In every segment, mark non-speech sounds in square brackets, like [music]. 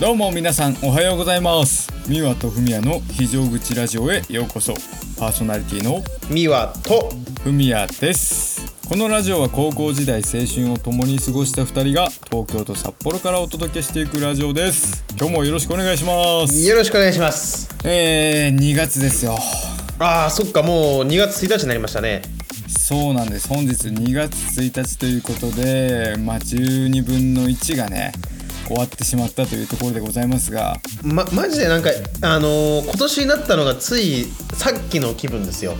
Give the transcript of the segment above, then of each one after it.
どうも皆さんおはようございますミワとフミヤの非常口ラジオへようこそパーソナリティのミワとフミヤですこのラジオは高校時代青春を共に過ごした2人が東京と札幌からお届けしていくラジオです今日もよろしくお願いしますよろしくお願いしますえー、2月ですよあーそっかもう2月1日になりましたねそうなんです本日2月1日ということでまあ12分の1がね終わってしまったというところでございますがまマジでなんかあのー今年になったのがついさっきの気分ですよ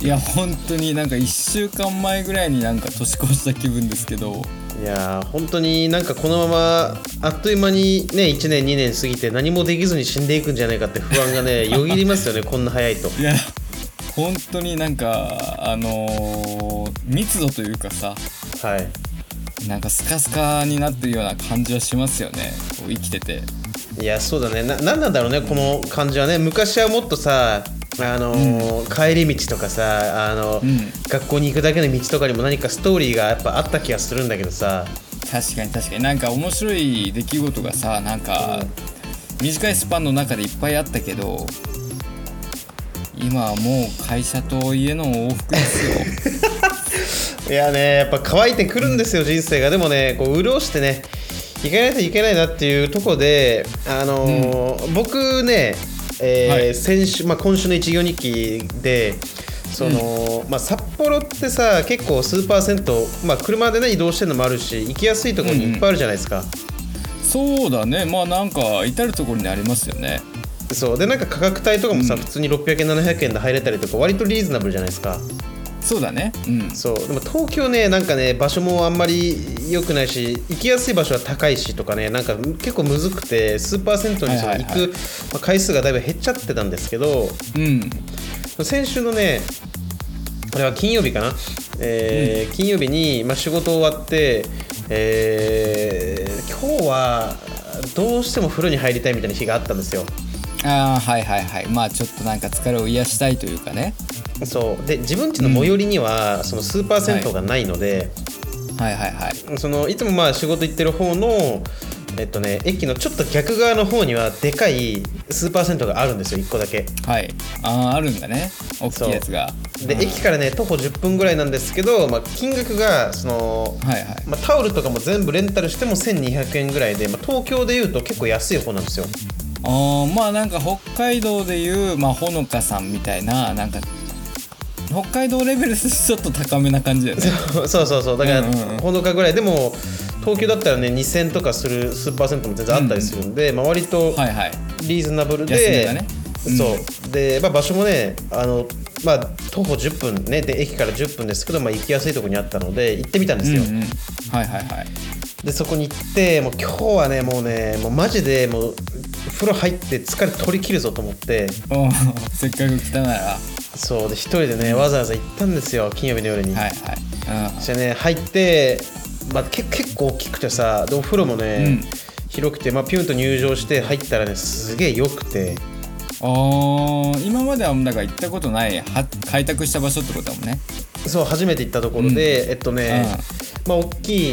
いや本当になんか1週間前ぐらいになんか年越した気分ですけどいやー本当になんかこのままあっという間にね1年2年過ぎて何もできずに死んでいくんじゃないかって不安が [laughs] ねよぎりますよねこんな早いといや本当になんかあのー密度というかさはいなんかスカスカになってるような感じはしますよねこう生きてていやそうだねななんなんだろうねこの感じはね昔はもっとさあのー帰り道とかさあの、ん学校に行くだけの道とかにも何かストーリーがやっぱあった気がするんだけどさ確かに確かになんか面白い出来事がさなんか短いスパンの中でいっぱいあったけど今はもう会社と家の往復ですよいやねやっぱ乾いてくるんですよ人生がでもねこう潤してね行かないといけないなっていうとこであのー僕ね、えーはい先週、まあ、今週の一行日記でその、まあ、札幌ってさ結構スーパー銭湯、まあ、車でね移動してるのもあるし行きやすいところにいっぱいあるじゃないですか、そうだねまあなんか至る所にありますよねそうでなんか価格帯とかもさ、普通に600円700円で入れたりとか割とリーズナブルじゃないですかそうだねうんそうでも東京ねなんかね場所もあんまり良くないし行きやすい場所は高いしとかねなんか結構むずくてスーパー銭湯にそのはい行はいはいくまあ回数がだいぶ減っちゃってたんですけどうん先週のねこれは金曜日かな、えー金曜日に、まあ、仕事終わって、えー今日はどうしても風呂に入りたいみたいな日があったんですよああはいはいはいまあちょっとなんか疲れを癒したいというかねそうで自分家の最寄りには、そのスーパー銭湯がないので、はいはいはいそのいつもまあ仕事行ってる方のえっとね駅のちょっと逆側の方にはでかいスーパー銭湯があるんですよ1個だけはいあああるんだね大きいやつがで駅からね徒歩10分ぐらいなんですけど、まあ、金額がその、はいはいまあ、タオルとかも全部レンタルしても1200円ぐらいで、まあ、東京でいうと結構安い方なんですよ [laughs] あーまあなんか北海道でいう、まあ、ほのかさんみたいななんか北海道レベルですちょっと高めな感じだよねそうそうそうだからうんうんうんほのかぐらいでも東京だったらね2000とかするスーパー銭湯も全然あったりするんで、まあ、割とはいはいリーズナブルで安値がねうんそうで、まあ、場所もねあの、まあ、徒歩10分ねで駅から10分ですけど、まあ、行きやすいところにあったので行ってみたんでうすんよ、うんはいはいはいでそこに行ってもう今日はねもうねもうマジでもう風呂入って疲れ取り切るぞと思っておーせっかく来たならはそうで一人でねわざわざ行ったんですよ金曜日の夜に、いはい、そしてね入って、まあ、け結構大きくてさでお風呂もね、うん広くて、まあ、ピュンと入場して入ったらねすげえ良くうてん、あー今まではだから行ったことないは開拓した場所ってことだもんねそう初めて行ったところで、えっとね、まあ大きい、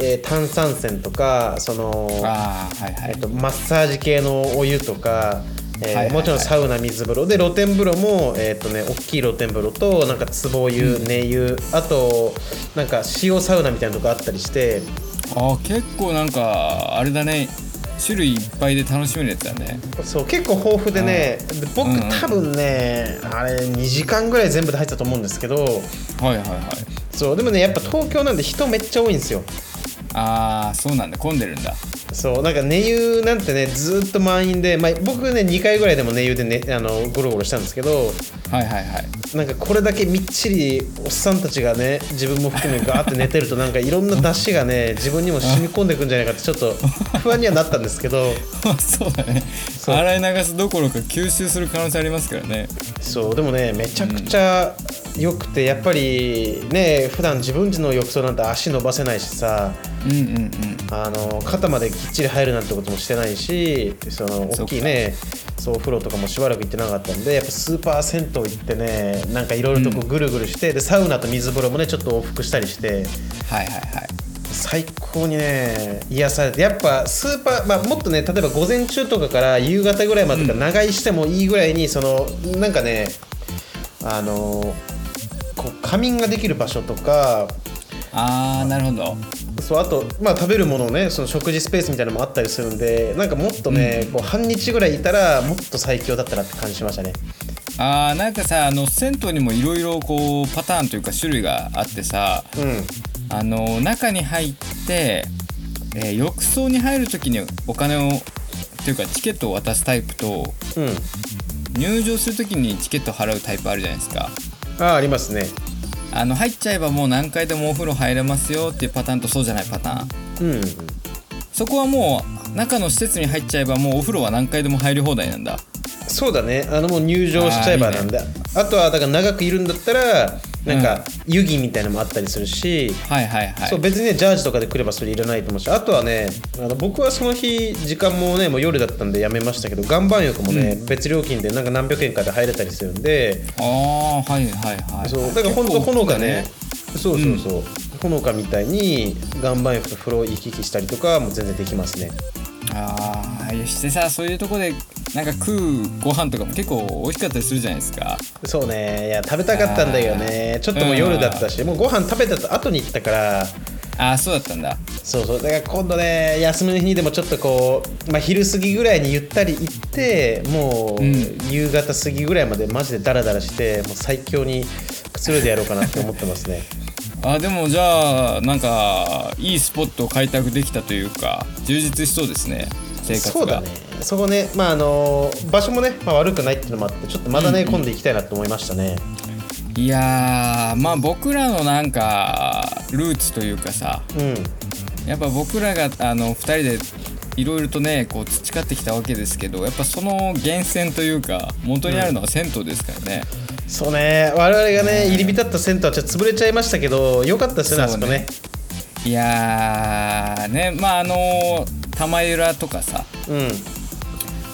えー炭酸泉とかそのああはいはえいっとマッサージ系のお湯とか、えーはいはいはいもちろんサウナ水風呂で露天風呂もえっとね大きい露天風呂となんか壺湯、寝湯あとなんか塩サウナみたいなとこあったりしてあー結構なんかあれだね種類いっぱいで楽しめるやつだねそう結構豊富でね、で僕、うんうん多分ねあれ2時間ぐらい全部で入ってたと思うんですけどはいはいはいそうでもねやっぱ東京なんで人めっちゃ多いんですよああそうなんだ混んでるんだそうなんか寝湯なんてねずーっと満員で、まあ、僕ね2回ぐらいでも寝湯で、ね、あのゴロゴロしたんですけどはいはいはい [laughs] なんかこれだけみっちりおっさんたちがね自分も含めガーって寝てるとなんかいろんな出汁がね自分にも染み込んでくんじゃないかってちょっと不安にはなったんですけどそうだねう洗い流すどころか吸収する可能性ありますからねそうでもねめちゃくちゃ良くてやっぱりね普段自分ちの浴槽なんて足伸ばせないしさうんうんうんあの肩まできっちり入るなんてこともしてないしそのそっか大きいねそうお風呂とかもしばらく行ってなかったんでやっぱスーパー銭湯行ってねなんかいろいろとこうぐるぐるして、でサウナと水風呂もねちょっと往復したりしてはいはいはい最高にね癒されてやっぱスーパー、まあ、もっとね例えば午前中とかから夕方ぐらいまでとか長居してもいいぐらいに、そのなんかねあのこう仮眠ができる場所とかあーなるほどそうあと、まあ、食べるものをねその食事スペースみたいなのもあったりするんでなんかもっとね、こう半日ぐらいいたらもっと最強だったなって感じしましたねあーなんかさあの銭湯にもいろいろこうパターンというか種類があってさうんあの中に入って、えー浴槽に入る時にお金をというかチケットを渡すタイプとうん入場する時にチケットを払うタイプあるじゃないですかああありますねあの入っちゃえばもう何回でもお風呂入れますよっていうパターンとそうじゃないパターンうんそこはもう中の施設に入っちゃえばもうお風呂は何回でも入り放題なんだそうだねあのもう入場しちゃえばなんであとはだから長くいるんだったらなんか湯着みたいなのもあったりするし、はいはいはそうい別にねジャージとかで来ればそれいらないと思うしあとはねあの僕はその日時間もねもう夜だったんでやめましたけど岩盤浴もね、別料金でなんか何百円かで入れたりするんで、ああはいはいはいそうだから本当結構炎奥だがねそうそうそう、炎かみたいに岩盤浴と風呂行き来したりとかも全然できますねああしてさそういうとこでなんか食うご飯とかも結構美味しかったりするじゃないですかそうねいや食べたかったんだよねちょっともう夜だったし、もうご飯食べた後に行ったからああそうだったんだそうそうだから今度ね休みの日にでもちょっとこう、まあ、昼過ぎぐらいにゆったり行ってもう、うん夕方過ぎぐらいまでマジでダラダラしてもう最強にくつろいでやろうかなって思ってますねあでもじゃあなんかいいスポットを開拓できたというか充実しそうですね生活がそうだねそこねまああの場所もね、まあ、悪くないっていうのもあってちょっとまだね、今度行きたいなと思いましたねいやーまあ僕らのなんかルーツというかさうんやっぱ僕らがあの2人でいろいろとねこう培ってきたわけですけどやっぱその源泉というか元にあるのは銭湯ですからね、そうね我々がね入り浸ったセンターはちょっと潰れちゃいましたけど良かったですよねあそそうこねねいやーねまああの玉浦とかさ、うん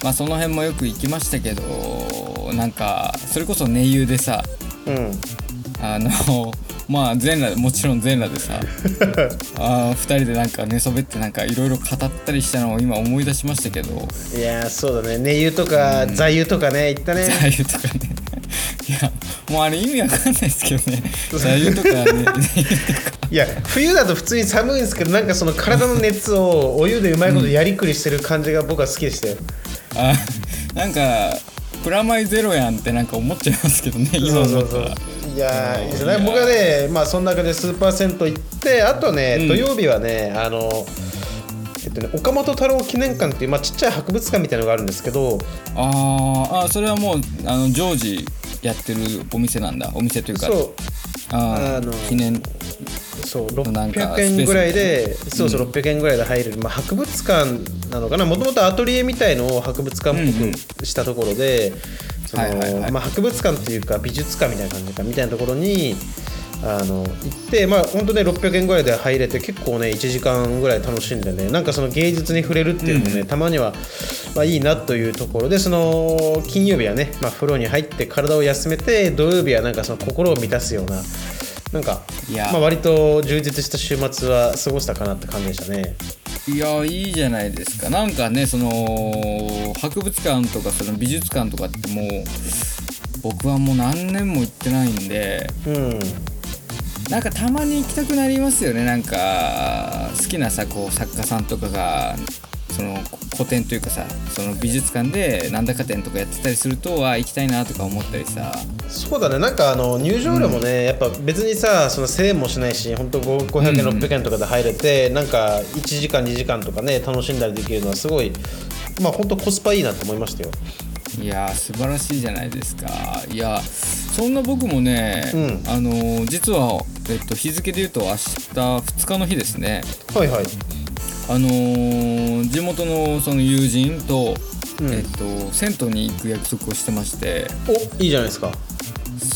まあ、その辺もよく行きましたけどなんかそれこそ寝湯でさうん [laughs] あのまあ全裸もちろん全裸でさあ2人でなんか寝そべってなんかいろいろ語ったりしたのを今思い出しましたけどいやーそうだね寝湯とか座湯とかね行ったね座右とかね [laughs] いやもうあれ意味わかんないですけ [laughs] どね座右とかねいや冬だと普通に寒いんですけどなんかその体の熱をお湯でうまいことやりくりしてる感じが僕は好きでしたよ、あなんかプラマイゼロやんってなんか思っちゃいますけどね今そ思うったそらうそういやーいいですねいやー僕はねまあその中でスーパー銭湯行ってあとね、うん土曜日はねあのえっとね、岡本太郎記念館っていう、まあ、ちっちゃい博物館みたいなのがあるんですけどあーあそれはもうあの常時やってるお店なんだお店というかそうああのー記念そうなんか600円ぐらいでそうそう600円ぐらいで入れる、まあ、博物館なのかなもともとアトリエみたいのを博物館うんうっんぽくしたところでそはいはいはのいまあ博物館というか美術館みたいな感じかみたいなところにあの行ってまあ本当ね600円ぐらいで入れて結構ね1時間ぐらい楽しんでねなんかその芸術に触れるっていうのもね、たまには、まあ、いいなというところでその金曜日はね、まあ、風呂に入って体を休めて土曜日はなんかその心を満たすようななんかいやまあ、割と充実した週末は過ごしたかなって感じでしたね。いやいいじゃないですかなんかねその博物館とかその美術館とかってもう僕はもう何年も行ってないんでうん、なんかたまに行きたくなりますよねなんか好きなさこう作家さんとかがその古典というかさその美術館でなんだか展とかやってたりするとあ行きたいなとか思ったりさそうだねなんかあの入場料もね、やっぱ別にさその1000円もしないし本当5 500円、うん600円とかで入れてなんか1時間2時間とかね楽しんだりできるのはすごいまあ本当コスパいいなと思いましたよ。いやー素晴らしいじゃないですかいやそんな僕もね、うんあのー実は、えっと、日付で言うと明日2日の日ですねはいはい。あのー地元のその友人と、うんえっと、銭湯に行く約束をしてましておいいじゃないですか。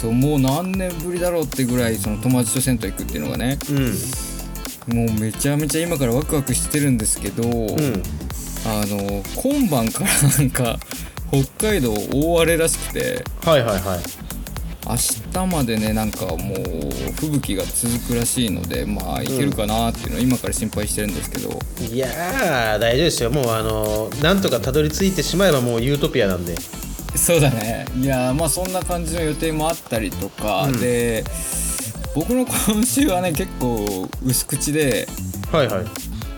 そうもう何年ぶりだろうってぐらいその友達と銭湯行くっていうのがねうん。うん。もうめちゃめちゃ今からワクワクしてるんですけど、あの今晩からなんか北海道大荒れらしくてはいはいはい。明日までねなんかもう吹雪が続くらしいのでまあいけるかなっていうのを今から心配してるんですけど、いやー大丈夫ですよもうあのなんとかたどり着いてしまえばもうユートピアなんでそうだねいやーまあそんな感じの予定もあったりとか、うんで僕の今週はね結構薄口ではいはい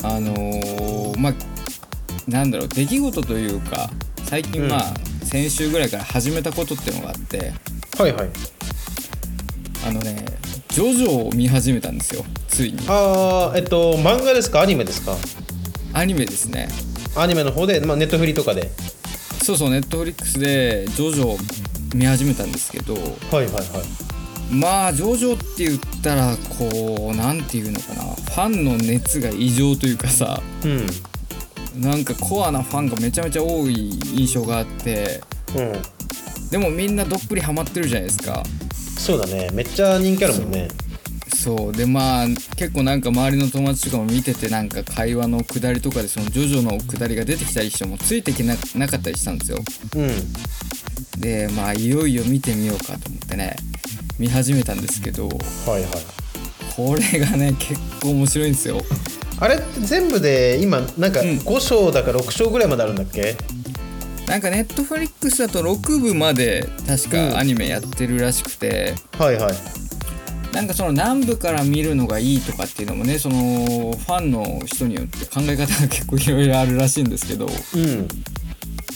あのーまあなんだろう出来事というか最近まあ、先週ぐらいから始めたことっていうのがあってはいはいあのねジョジョを見始めたんですよついにあーえっと漫画ですかアニメですかアニメですねアニメの方で、まあ、ネットフリとかでそうそうネットフリックスでジョジョを見始めたんですけどはいはいはいまあジョジョって言ったらこうなんていうのかなファンの熱が異常というかさうんなんかコアなファンがめちゃめちゃ多い印象があってうんでもみんなどっぷりハマってるじゃないですかそうだねめっちゃ人気あるもんねそうでまあ結構なんか周りの友達とかも見ててなんか会話の下りとかでそのジョジョの下りが出てきたりしてもついてきななかったりしたんですようんでまあいよいよ見てみようかと思ってね見始めたんですけどはいはいこれがね結構面白いんですよあれって全部で今なんかうん5章だか6章ぐらいまであるんだっけ、なんかネットフリックスだと6部まで確うんかアニメやってるらしくて、はいはいなんかその何部から見るのがいいとかっていうのもねそのファンの人によって考え方が結構いろいろあるらしいんですけどうん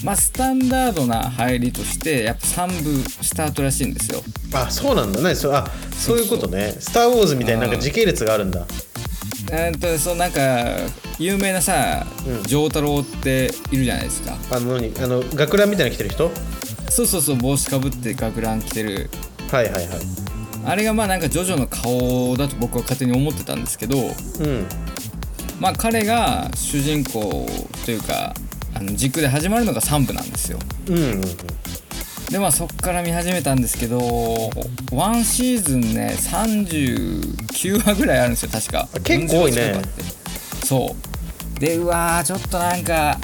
まあスタンダードな入りとしてやっぱ3部スタートらしいんですよあそうなんだねそあそういうことね「スター・ウォーズ」みたいになんか時系列があるんだえーっとそうなんか有名なさうん丈太郎っているじゃないですかあの何あの学ランみたいなの着てる人そうそうそう帽子かぶって学ラン着てるはいはいはいあれがまあなんかジョジョの顔だと僕は勝手に思ってたんですけどうんまあ彼が主人公というかあの軸で始まるのが3部なんですようんうんうんでまあそっから見始めたんですけど1シーズンね39話ぐらいあるんですよ確かあ結構多いね40話ってそうでうわーちょっとなんか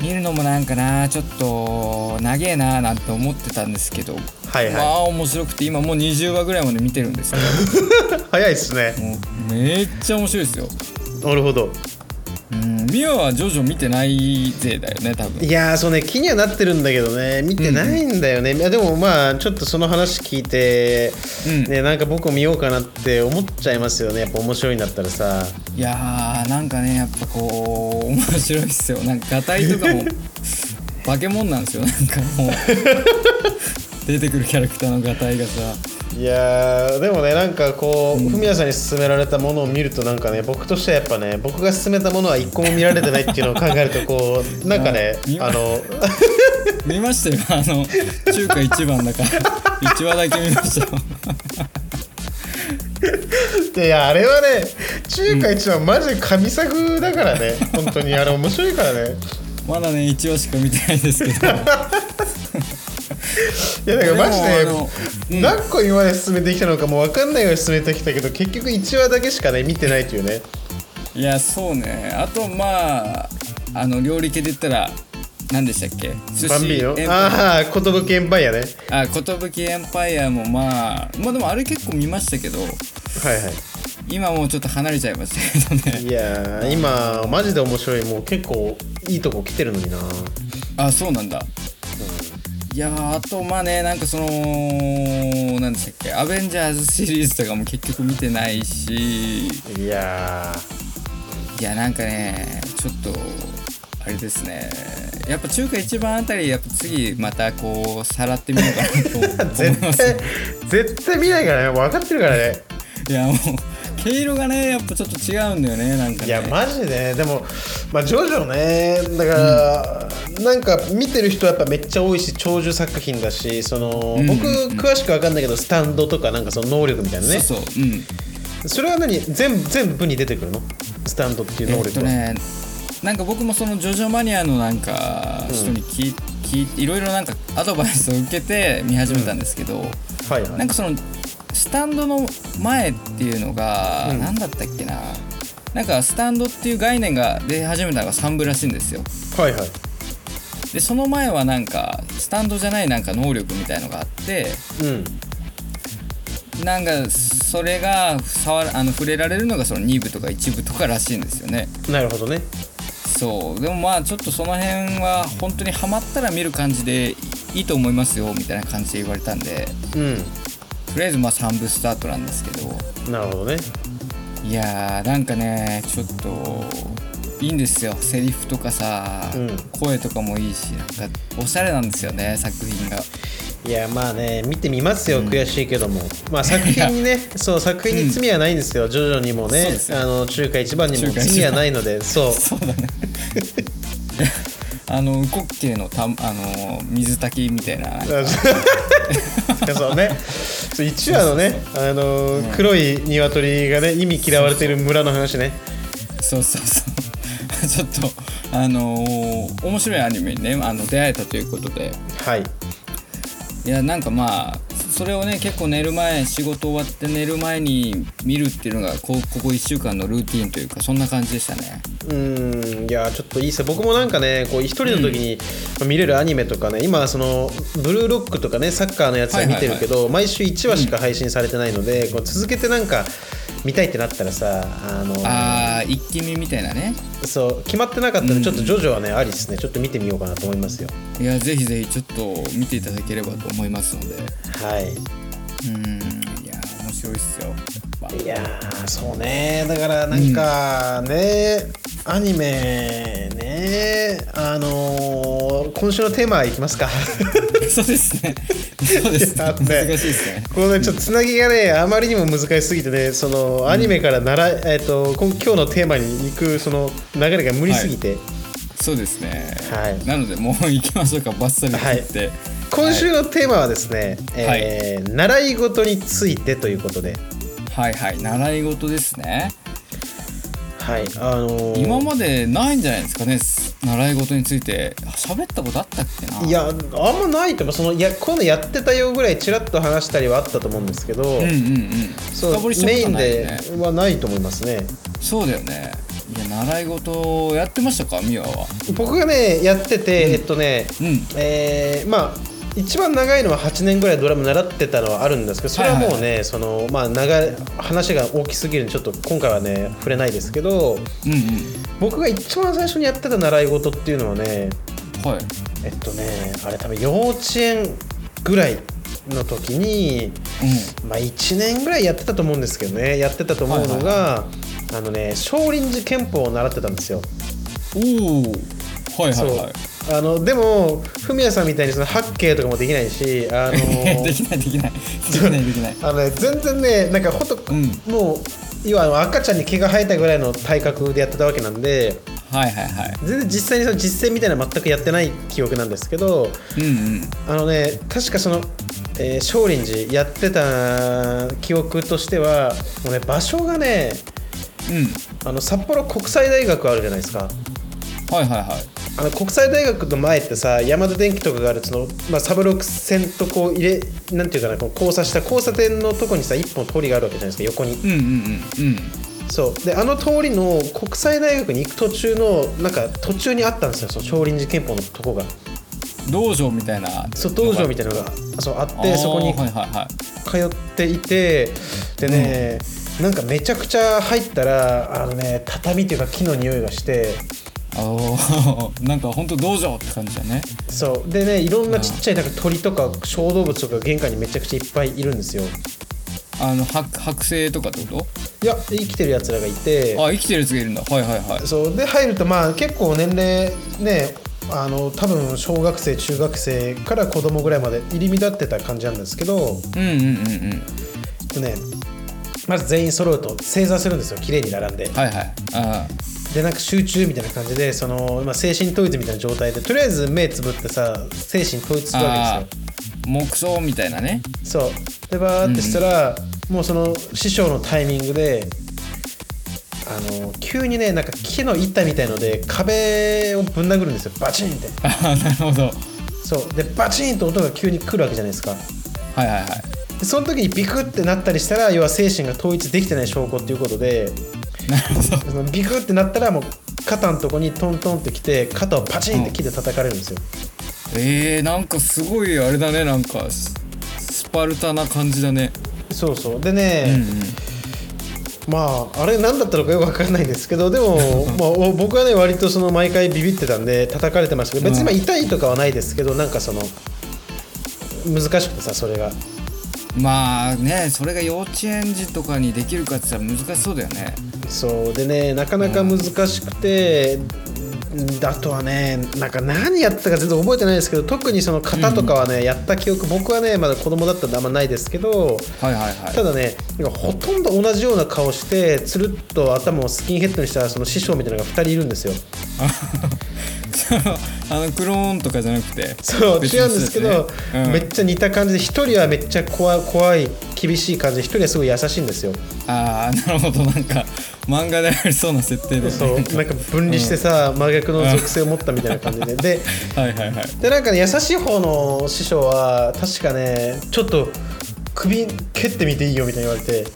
見るのもなんかなちょっと長えななんて思ってたんですけどはいまはあ面白くて今もう20話ぐらいまで見てるんですけい [laughs] 早いっすねどもうめっちゃ面白いですよなるほどうんミアはジョジョ見てない勢だよね多分いやーそうね気にはなってるんだけどね見てないんだよね、いやでもまあちょっとその話聞いて、うんね、なんか僕も見ようかなって思っちゃいますよねやっぱ面白いんだったらさいやーなんかねやっぱこう面白いっすよなんかガタイとかも化け物なんですよなんかもう出てくるキャラクターのガタイがさいやーでもねなんかこうフミヤさんに勧められたものを見るとなんかね僕としてはやっぱね僕が勧めたものは一個も見られてないっていうのを考えるとこ [laughs] うなんかね見まあの [laughs] 見ましたよあの中華一番だから1話だけ見ましたよいやいやあれはね中華一番マジで神作だから [laughs] ね本当にあれ面白いからねまだね1話しか見てないですけどいやだからマジでもで何個今まで進めてきたのかもう分かんないように進めてきたけど結局1話だけしかね見てないというねいやそうねあとまああの料理系で言ったら何でしたっけ寿バンビ司ーノエンパイああ寿エンパイアねあ寿エンパイアもまあまあでもあれ結構見ましたけどはいは今もうちょっと離れちゃいましたけどいねいやー今マジで面白いもう結構いいとこ来てるのになあそうなんだいやーあとまあねなんかその何でしたっけ「アベンジャーズ」シリーズとかも結局見てないしいいやーやなんかねちょっとあれですねやっぱ中華一番あたりやっぱ次またこうさらってみようかなと思い [laughs] [laughs] 絶ま対す絶対見ないからね分かってるからねいやもう毛色がねやっぱちょっと違うんだよねなんかねいやマジでねでもまあジョジョねだから、なんか見てる人はやっぱめっちゃ多いし長寿作品だしその、うん僕うん詳しく分かんないけどスタンドとかなんかその能力みたいなねそそうそううんれは何全部全部に出てくるのスタンドっていう能えっ力とは、ねなんか僕もそのジョジョマニアのなんか人に聞,、い聞いていろいろなんかアドバイスを受けて見始めたんですけど、はいはなんいかそのスタンドの前っていうのがうん何だったっけな、なんかスタンドっていう概念が出始めたのが3部らしいんですよはいはいでその前はなんかスタンドじゃないなんか能力みたいのがあってうんなんかそれが触らあの触れられるのがその2部とか1部とからしいんですよねなるほどねそうでもまあちょっとその辺は本当にハマったら見る感じでいいと思いますよみたいな感じで言われたんでうんとりあえずまあ3部スタートなんですけどなるほどねいやーなんかねちょっといいんですよセリフとかさ、うん声とかもいいしなんかおしゃれなんですよね作品がいやまあね見てみますよ、悔しいけども、まあ、作品 [laughs] にねそう作品に罪はないんですよ、徐々にもねそうですよあの中華一番にも中華一番罪はないのでそうそうだね [laughs] あの烏骨鶏のたあの水炊きみたいなあそうそうねそう一話のねあのー黒い鶏がね意味嫌われてる村の話ねそうそうそう [laughs] ちょっとあのー面白いアニメにねあの出会えたということではいいやなんかまあそれをね結構寝る前仕事終わって寝る前に見るっていうのがこここ1週間のルーティンというかそんな感じでしたねうーんいやちょっといいっすね僕もなんかねこう一人の時にまあ見れるアニメとかね、今そのブルーロックとかねサッカーのやつは見てるけど、毎週1話しか配信されてないので、こう続けてなんか見たいってなったらさあのーあー一気見みたいなねそう決まってなかったらちょっとジョジョはね、ありっすねちょっと見てみようかなと思いますよいやぜひぜひちょっと見ていただければと思いますのではいうんいや面白いっすよやっ [laughs] ぱいやーそうねだからなんかね、アニメねあのー今週のテーマい [laughs] きますかそうですね。そうですね。やべえ難しいですね。このねちょっとつなぎがねあまりにも難しすぎてねそのアニメからなら、えっと今今日のテーマに行くその流れが無理すぎて、そうですね。はいなのでもう行きましょうか。バッサリ切って。今週のテーマはですね、えー習い事についてということではい、はい、習い事ですね。はいあのー今までないんじゃないですかね。習い事について喋ったことあったっけな。いやあんまないと思うそのいやこういうのやってたよぐらいちらっと話したりはあったと思うんですけど、うんうんうん。そう深掘りしたこメイとンないよでね。はないと思いますねそうだよね。いや習い事をやってましたかミワは。僕がねやってて、えっとね、うん。えーまあ一番長いのは8年ぐらいドラム習ってたのはあるんですけどそれはもうね、はいはそのまあ長い話が大きすぎるんでちょっと今回はね触れないですけどうんうん。僕が一番最初にやってた習い事っていうのはねはい。えっとねあれ多分幼稚園ぐらいの時にうまあ、1年ぐらいやってたと思うんですけどねやってたと思うのが、あのね少林寺拳法を習ってたんですよ、ん。おお。はいはいはい。そうあのでもフミヤさんみたいにその八景とかもできないし [laughs] あでのきないできない。できないできない。あの、ね、全然ねなんかほんと、うんもう要はあの赤ちゃんに毛が生えたぐらいの体格でやってたわけなんではいはいはい。全然実際にその実践みたいなのは全くやってない記憶なんですけどうんうん。あのね確かその、えー少林寺やってた記憶としてはもう、ね、場所がねうん。あの札幌国際大学あるじゃないですかはいはいはい。あの国際大学の前ってさ山田電機とかがあるその、まあ、サブロック線とこう入れなんていうかなこう交差した交差点のとこにさ一本通りがあるわけじゃないですか横にうんうんうんうん。そうであの通りの国際大学に行く途中のなんか途中にあったんですよその少林寺拳法のとこが道場みたいな。そう道場みたたいなのがそうあってそこはにいはいはい。通っていてでね、なんかめちゃくちゃ入ったらあのね畳っていうか木の匂いがしてああ、 [laughs] なんか本当道場って感じだね。そうでねいろんなちっちゃいなんか鳥とか小動物とか玄関にめちゃくちゃいっぱいいるんですよあの剥剥製とかってこいや生きてるやつらがいてと？あ、生きてるやつがいるんだ。はいはいはい。そうで入るとまあ結構年齢ねあの多分小学生中学生から子供ぐらいまで入り乱ってた感じなんですけどうんうんうんうん。でねまず全員揃うと正座するんですよ綺麗に並んではいはい。あでなんか集中みたいな感じでその、まあ、精神統一みたいな状態でとりあえず目つぶってさ精神統一するわけですあよー、木葬みたいなね。 [laughs] そうでバーってしたら、もうその師匠のタイミングであの急にねなんか木の板みたいので壁をぶん殴るんですよバチンってあーなるほど。そうでバチンと音が急に来るわけじゃないですかはいはいはい。でその時にビクってなったりしたら要は精神が統一できてない証拠っていうことでなるほど。そのビクってなったらもう肩のとこにトントンってきて肩をパチンって木で叩かれるんですよ、えー、なんかすごいあれだねなんかススパルタな感じだねそうそうでうんうね、んまああれ何だったのかよく分かんないですけどでも、まあ、お僕はね割とその毎回ビビってたんで叩かれてましたけど別にまあ痛いとかはないですけどなんかその難しくてさそれがまあねそれが幼稚園児とかにできるかって言ったら難しそうだよねそうでねなかなか難しくて、あとはねなんか何やってたか全然覚えてないですけど特にその型とかはね、やった記憶僕はねまだ子供だったんであんまないですけどはいはいはいただねなんかほとんど同じような顔してつるっと頭をスキンヘッドにしたその師匠みたいなのが2人いるんですよあ [laughs] あのクローンとかじゃなくてそう別違のう人んでたすちけねど、うんめっちゃ似た感じで1人はめっちゃ怖い怖い厳しい感じで1人はすごい優しいんですよああ [laughs] なるほどなんか漫画でありそうな設定で、ね、そうなんか分離してさ真逆の属性を持ったみたいな感じでではいはいはいでなんかね優しい方の師匠は確かねちょっと首蹴ってみていいよみたいに言われて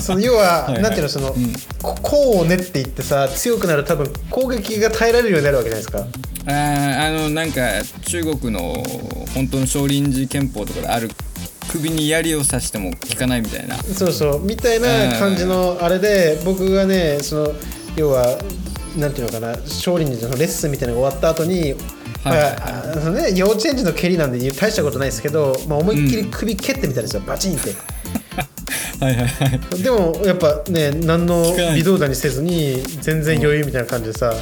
その要ははいはいなんていうのその、うんここうねって言ってさ強くなる多分攻撃が耐えられるようになるわけじゃないですかあーあのなんか中国の本当の少林寺拳法とかである首に槍を刺しても効かないみたいなそうそうみたいな感じのあれで僕がねその要はなんていうのかな少林寺のレッスンみたいなのが終わった後にはいはいはいまああのね、幼稚園児の蹴りなんで大したことないですけど、まあ、思いっきり首蹴ってみたんですよ、バチンって。 [laughs] はいはいはいでもやっぱね何の聞かない微動だにせずに全然余裕みたいな感じでさ、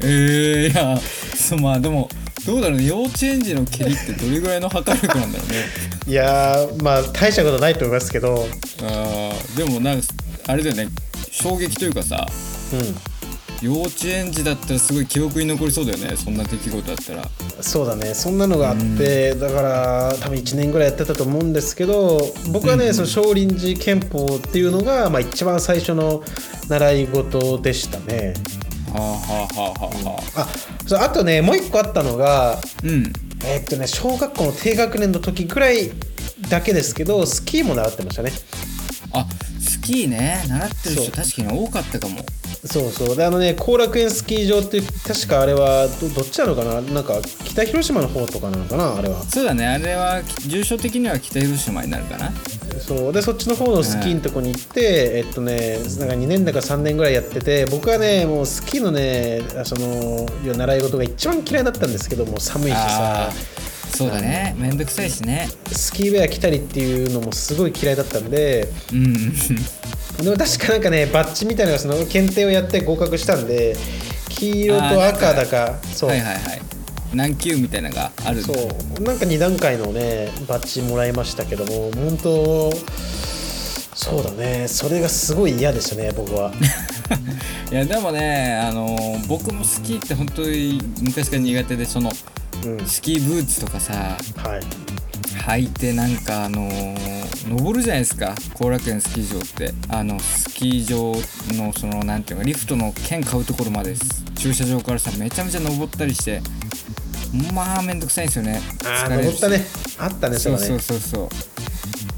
えー、いやそうまあでもどうだろうね幼稚園児の蹴りってどれぐらいの破壊力なんだろうね [laughs] [laughs] いやーまあ大したことないと思いますけど、うん、あーでもなんかあれだよね衝撃というかさ幼稚園児だったらすごい記憶に残りそうだよねそんな出来事だったらそうだねそんなのがあって、だから多分1年ぐらいやってたと思うんですけど僕はね、その少林寺拳法っていうのが、まあ、一番最初の習い事でしたねはあはあはあはあはああそうあとねもう一個あったのがうんえーっとね小学校の低学年の時ぐらいだけですけどスキーも習ってましたねあスキーね習ってるそう人確かに多かったかもそうそうであのね後楽園スキー場って確かあれはどどっちなのかななんか北広島の方とかなのかなあれはそうだねあれは住所的には北広島になるかなそうでそっちの方のスキーのとこに行って、えっとねなんか2年だか3年ぐらいやってて僕はねもうスキーのねあそのいや習い事が一番嫌いだったんですけどもう寒いしあさーそうだねめんどくさいしねスキーウェア着たりっていうのもすごい嫌いだったんでうんうんでも確かなんかねバッジみたいなのがその検定をやって合格したんで黄色あーとなんか赤だかそう、はいはいはい何級みたいなのがあるんだそうなんか2段階のねバッジもらいましたけども本当そうだねそれがすごい嫌でしたね [laughs] 僕はいやでもねあのー僕もスキーって本当に昔から苦手でそのうんはスキーブーツとかさい履いてなんかあのー登るじゃないですか後楽園スキー場ってあのスキー場のそのなんていうのかリフトの券買うところまで駐車場からさめちゃめちゃ登ったりしてまあめんどくさいんですよねああ疲れる登しったねあったねそそううだねそうそうそ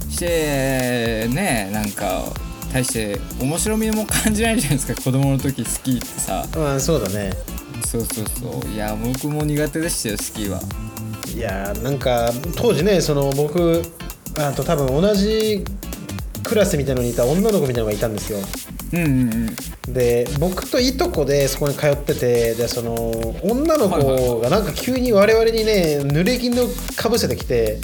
うしてねなんか大して面白みも感じないじゃないですか子供の時スキーってさうんそうだねそうそうそういや僕も苦手でしたよスキーはいやーなんか当時ねその僕あと多分同じクラスみたいのにいた女の子みたいのがいたんですようんうんうんで僕といとこでそこに通っててでその女のはいはい子がなんか急に我々にね濡れ衣をかぶせてきて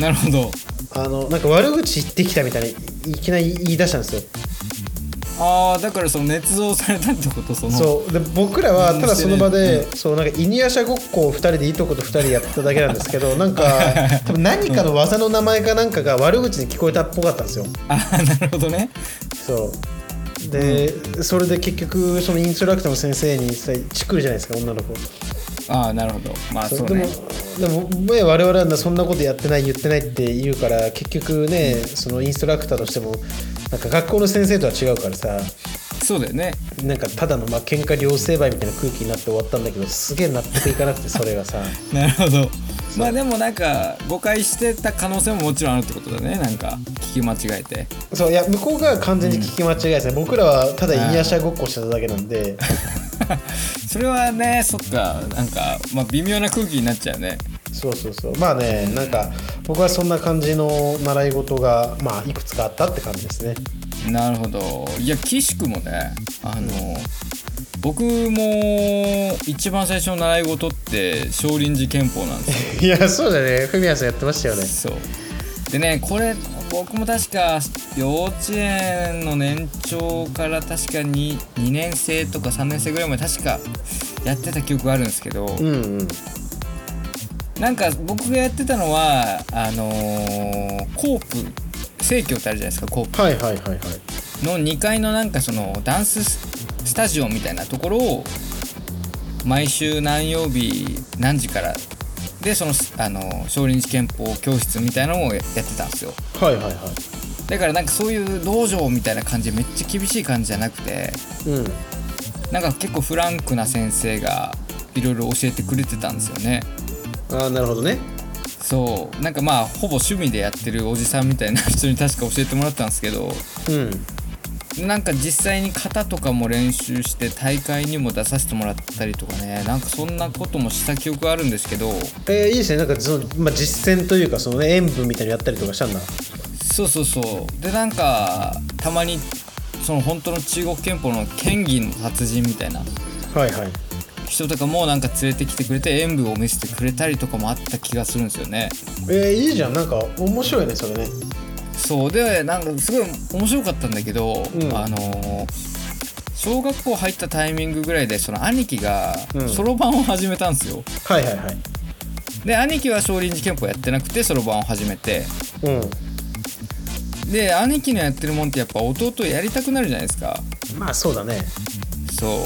なるほどあのなんか悪口言ってきたみたいにいきなり言い出したんですよ、ああだからその捏造されたってことそのそうで僕らはうんただその場で、してそうなんかイニアシャごっこを2人でいとこと2人でやっただけなんですけ [laughs] どなんか多分何かの技の名前かなんかが悪口に聞こえたっぽかったんですよああなるほどねそうで、それで結局そのインストラクターの先生にさチクるじゃないですか女の子ああなるほどまあそうねでもでもね我々はそんなことやってない言ってないって言うから結局ね、そのインストラクターとしてもなんか学校の先生とは違うからさそうだよねなんかただのまあ喧嘩両成敗みたいな空気になって終わったんだけどすげえ納得いかなくてそれが [laughs] さなるほどまあでもなんか誤解してた可能性ももちろんあるってことだねなんか聞き間違えて [laughs] そういや向こうが完全に聞き間違いですね、僕らはただイニアシャごっこしてただけなんでそれはねそっかなんか、まあ、微妙な空気になっちゃうねそうそうそうまあねなんか僕はそんな感じの習い事がまあいくつかあったって感じですねなるほどいや岸君もねあの、僕も一番最初の習い事って少林寺拳法なんですよ [laughs] いやそうだよねフミヤさんやってましたよねそうでねこれ僕も確か幼稚園の年長から確か 2, 2年生とか3年生ぐらいまで確かやってた記憶があるんですけど、うんうんなんか僕がやってたのはあのーコープ生協ってあるじゃないですかコープはいはいはいはいの2階のなんかそのダンスススタジオみたいなところを毎週何曜日何時からでその、あのー少林寺拳法教室みたいなのをやってたんですよはいはいはだからなんかそういう道場みたいな感じでめっちゃ厳しい感じじゃなくていうんなんか結構フランクな先生がいろいろ教えてくれてたんですよねああなるほどねそうなんかまあほぼ趣味でやってるおじさんみたいな人に確か教えてもらったんですけどうんなんか実際に型とかも練習して大会にも出させてもらったりとかねなんかそんなこともした記憶があるんですけどえー、いいですねなんかその、まあ、実践というかその、ね、演舞みたいにやったりとかしたんだそうそうそうでなんかたまにその本当の中国拳法の剣技の達人みたいなはいはい人とかもなんか連れてきてくれて演舞を見せてくれたりとかもあった気がするんですよねえー、いいじゃんなんか面白いねそれねそうでなんかすごい面白かったんだけど、うんあのー小学校入ったタイミングぐらいでその兄貴がうんそろばんを始めたんですよ、はいはいはいで兄貴は少林寺拳法やってなくてそろばんを始めてうで兄貴のやってるもんってやっぱ弟やりたくなるじゃないですかんまあそうだねそう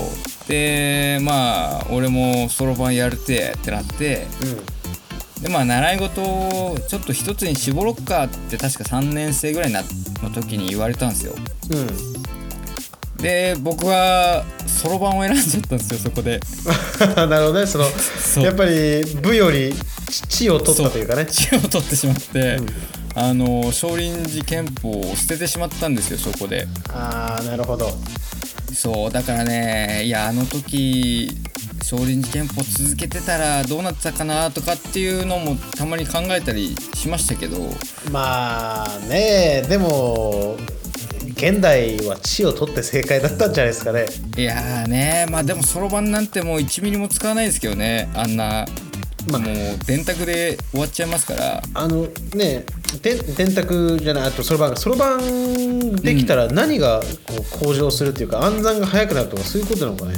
でまあ俺もそろばんやるてってなってうでまあ習い事をちょっと一つに絞ろっかって確か3年生ぐらいなの時に言われたんですよんうんで僕はそろばんを選んじゃったんですよそこで [laughs] なるほどねそのうやっぱり部より地を取ったというかね血を取ってしまって、うんあの少林寺拳法を捨ててしまったんですよそこでああなるほどそうだからねいやあの時少林寺拳法続けてたらどうなってたかなとかっていうのもたまに考えたりしましたけどまあねでも現代は地を取って正解だったんじゃないですかねいやーねまあでもそろばんなんてもう1ミリも使わないですけどねあんな、まあもう電卓で終わっちゃいますからあのねで電卓じゃないあとそろばんそろばんできたら何がこう向上するっていうか、暗算が速くなるとかそういうことなのかね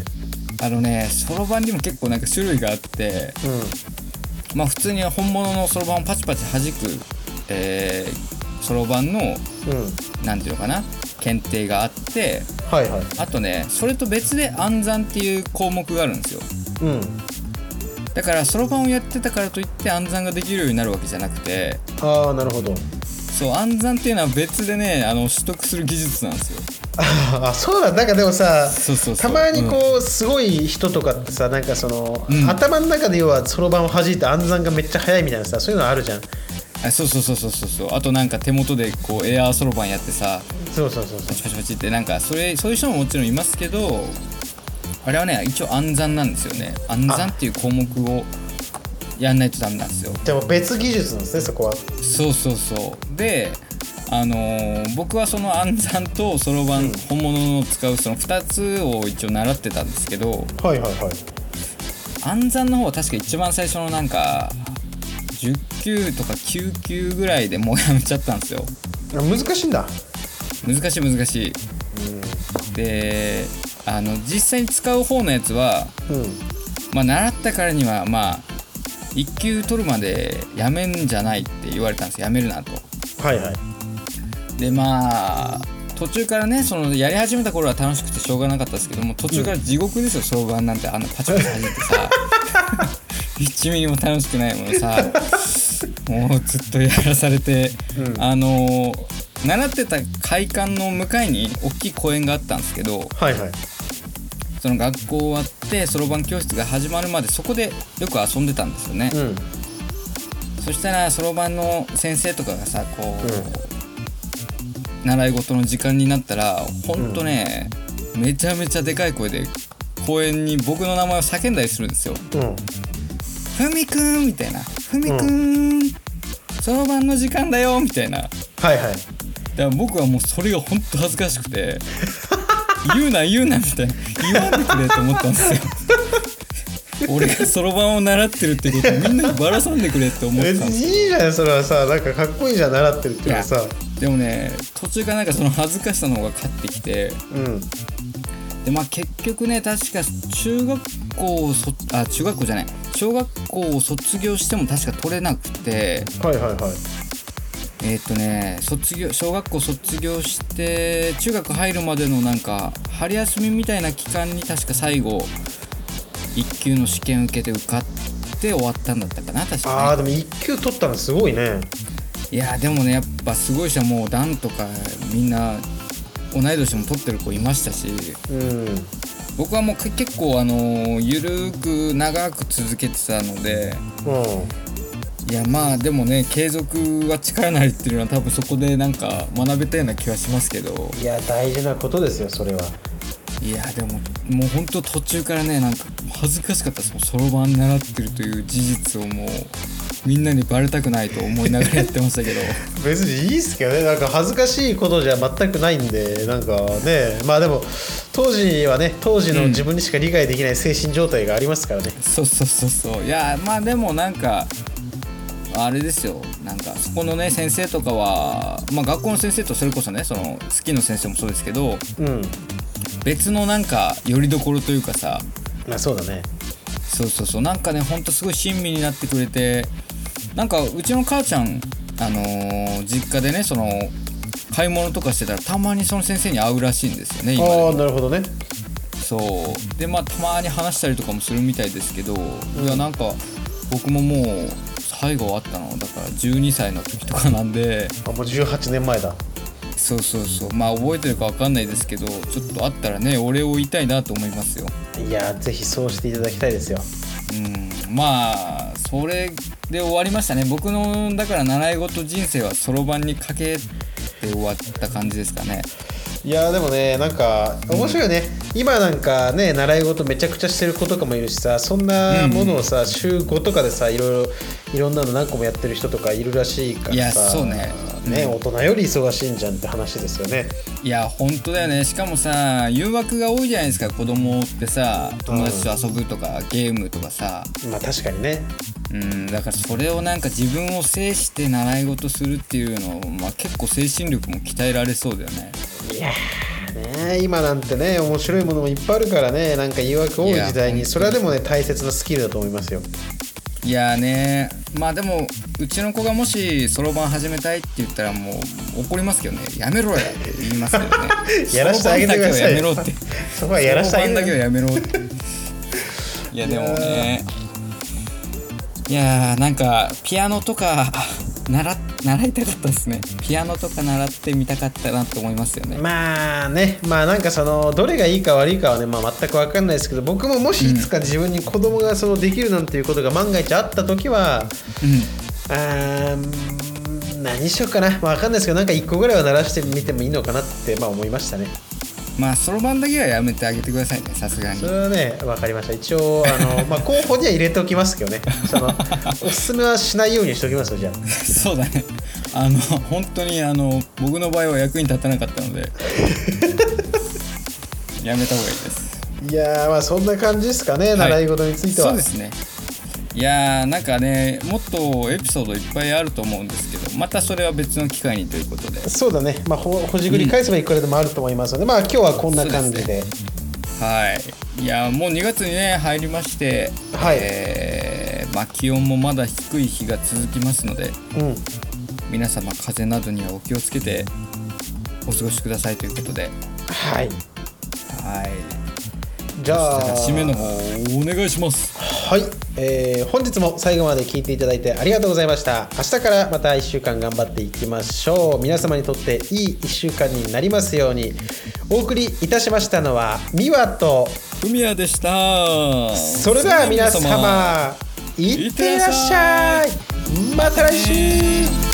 あのねそろばんにも結構なんか種類があってまあ普通に本物のそろばんをパチパチ弾くえーそろばんのうんうんなんていうのかな検定があってはいはいあとねそれと別で暗算っていう項目があるんですようんだからそろばんをやってたからといって暗算ができるようになるわけじゃなくてああなるほど [laughs] そう暗算っていうのは別でねあの取得する技術なんですよあそうだなんかでもさそうそうそたうまにうんこう、すごい人とかってさなんかその、うん頭の中で要はそろばんを弾いて暗算がめっちゃ速いみたいなさそういうのあるじゃんあそうそうそうそうそうそうあとなんか手元でこうエアーそろばんやってさそうそうそうそパうチパチパチってなんかそれそういう人ももちろんいますけどあれはね一応暗算なんですよね暗算っていう項目をやんないとダメなんですよでも別技術なんですねそこはそうそうそうであのー僕はその暗算とそろばん、本物の使うその2つを一応習ってたんですけどはいはいはい暗算の方は確か一番最初のなんか10級とか9級ぐらいでもうやめちゃったんですよあ難しいんだ難しい難しいであの実際に使う方のやつはうんまあ習ったからにはまあ1級取るまでやめんじゃないって言われたんですよやめるなとはいはいでまあ途中からねそのやり始めた頃は楽しくてしょうがなかったですけども途中から地獄ですよ相場なんてあんなパチパチ弾いてさ1ミリも楽しくないものさもうずっとやらされて、うんあの習ってた会館の向かいに大きい公園があったんですけどはいはいその学校終わってそろばん教室が始まるまでそこでよく遊んでたんですよね、うんそしたらそろばんの先生とかがさこう、習い事の時間になったらほんとね、めちゃめちゃでかい声で公園に僕の名前を叫んだりするんですようん「ふみくん」みたいな「ふみくんそろばんの時間だよ」みたいなだかはいはいら僕はもうそれが本当恥ずかしくて「言うな言うな」みたいな言わんでくれと思ったんですよ俺がそろばんを習ってるってことをみんなにばらさんでくれって思っえていたんですよいじゃないそれはさなんかかっこいいじゃん習ってるっていうのさでもね途中からなんかその恥ずかしさの方が勝ってきてうんでまあ結局ね確か中学校をそあ中学校じゃない小学校を卒業しても確か取れなくてはいはいはいえーっ、とね卒業小学校卒業して中学入るまでのなんか春休みみたいな期間に確か最後1級の試験受けて受かって終わったんだったかな確かあーでも1級取ったのすごいねにいやーでもねやっぱすごい人はもう段とかみんな同い年も取ってる子いましたしうん僕はもうけ結構あのーゆるーく長く続けてたのでうんいやまあでもね継続は力なりっていうのは多分そこでなんか学べたような気はしますけどいや大事なことですよそれはいやでももうほんと途中からねなんか恥ずかしかったですもんそろばん習ってるという事実をもうみんなにバレたくないと思いながらやってましたけど別にいいっすけどねなんか恥ずかしいことじゃ全くないんでなんかねまあでも当時はね当時の自分にしか理解できない精神状態がありますからね、そうそうそうそういやまあでもなんかあれですよなんかそこのね先生とかは、まあ、学校の先生とそれこそねその好きの先生もそうですけどうん別のなんかよりどころというかさまあそうだねそうそうそうなんかねほんとすごい親身になってくれてなんかうちの母ちゃんあのー実家でねその買い物とかしてたらたまにその先生に会うらしいんですよね今でああもなるほどねそうでまあたまに話したりとかもするみたいですけど、いやなんか僕ももう最後会ったのだから12歳の時とかなんであもう18年前だそうそうそうまあ覚えてるかわかんないですけどちょっと会ったらねお礼を言いたいなと思いますよいやぜひそうしていただきたいですようんまあそれで終わりましたね僕のだから習い事人生はそろばんにかけて終わった感じですかねいやでもねなんか面白いよね、今なんかね習い事めちゃくちゃしてる子とかもいるしさそんなものをさ、週5とかでさいろいろいろんなの何個もやってる人とかいるらしいからさいやそうねねうん大人より忙しいんじゃんって話ですよねいや本当だよねしかもさ誘惑が多いじゃないですか子供ってさ友達と遊ぶとか、ゲームとかさまあ確かにねうんだからそれをなんか自分を制して習い事するっていうのを、まあ、結構精神力も鍛えられそうだよねいやーね今なんてね面白いものもいっぱいあるからねなんか誘惑多い時代いやにそれはでもね大切なスキルだと思いますよいやーねまあでもうちの子がもしそろばん始めたいって言ったらもう怒りますけどねやめろやって言いますけどね [laughs] やらしてあげてくださいそろばんだけはやめろってそこはやらせてあげそろばんだけはるやめろっていやでもねいやーなんかピアノとか習っ習いたかったですねピアノとか習ってみたかったなと思いますよねまあねまあなんかそのどれがいいか悪いかはね、まあ、全く分かんないですけど僕ももしいつか自分に子供がそのできるなんていうことが万が一あった時はうんあーん何しようかな、まあ、分かんないですけどなんか1個ぐらいは鳴らしてみてもいいのかなってまあ思いましたねまあそろばんだけはやめてあげてくださいねさすが [laughs] にそれはね分かりました一応あ [laughs] の、まあ、候補には入れておきますけどねそのおすすめはしないようにしておきますよじゃあそうだねあの本当にあの僕の場合は役に立たなかったの [laughs] でやめた方がいいですいやーまあそんな感じですかね、い習い事についてはそうですねいやーなんかねもっとエピソードいっぱいあると思うんですけどまたそれは別の機会にということでそうだね、まあ、ほほじくり返せばいくらでもあると思いますので、まあ今日はこんな感じではいいやーもう2月にね入りまして、はいえーまあ、気温もまだ低い日が続きますのでうん皆様風邪などにはお気をつけてお過ごしくださいということではいはいじゃあ締めの方お願いしますはい、えー本日も最後まで聞いていただいてありがとうございました明日からまた1週間頑張っていきましょう皆様にとっていい1週間になりますようにお送りいたしましたのは美和とふみやでしたそれでは皆様いってらっしゃいまた来週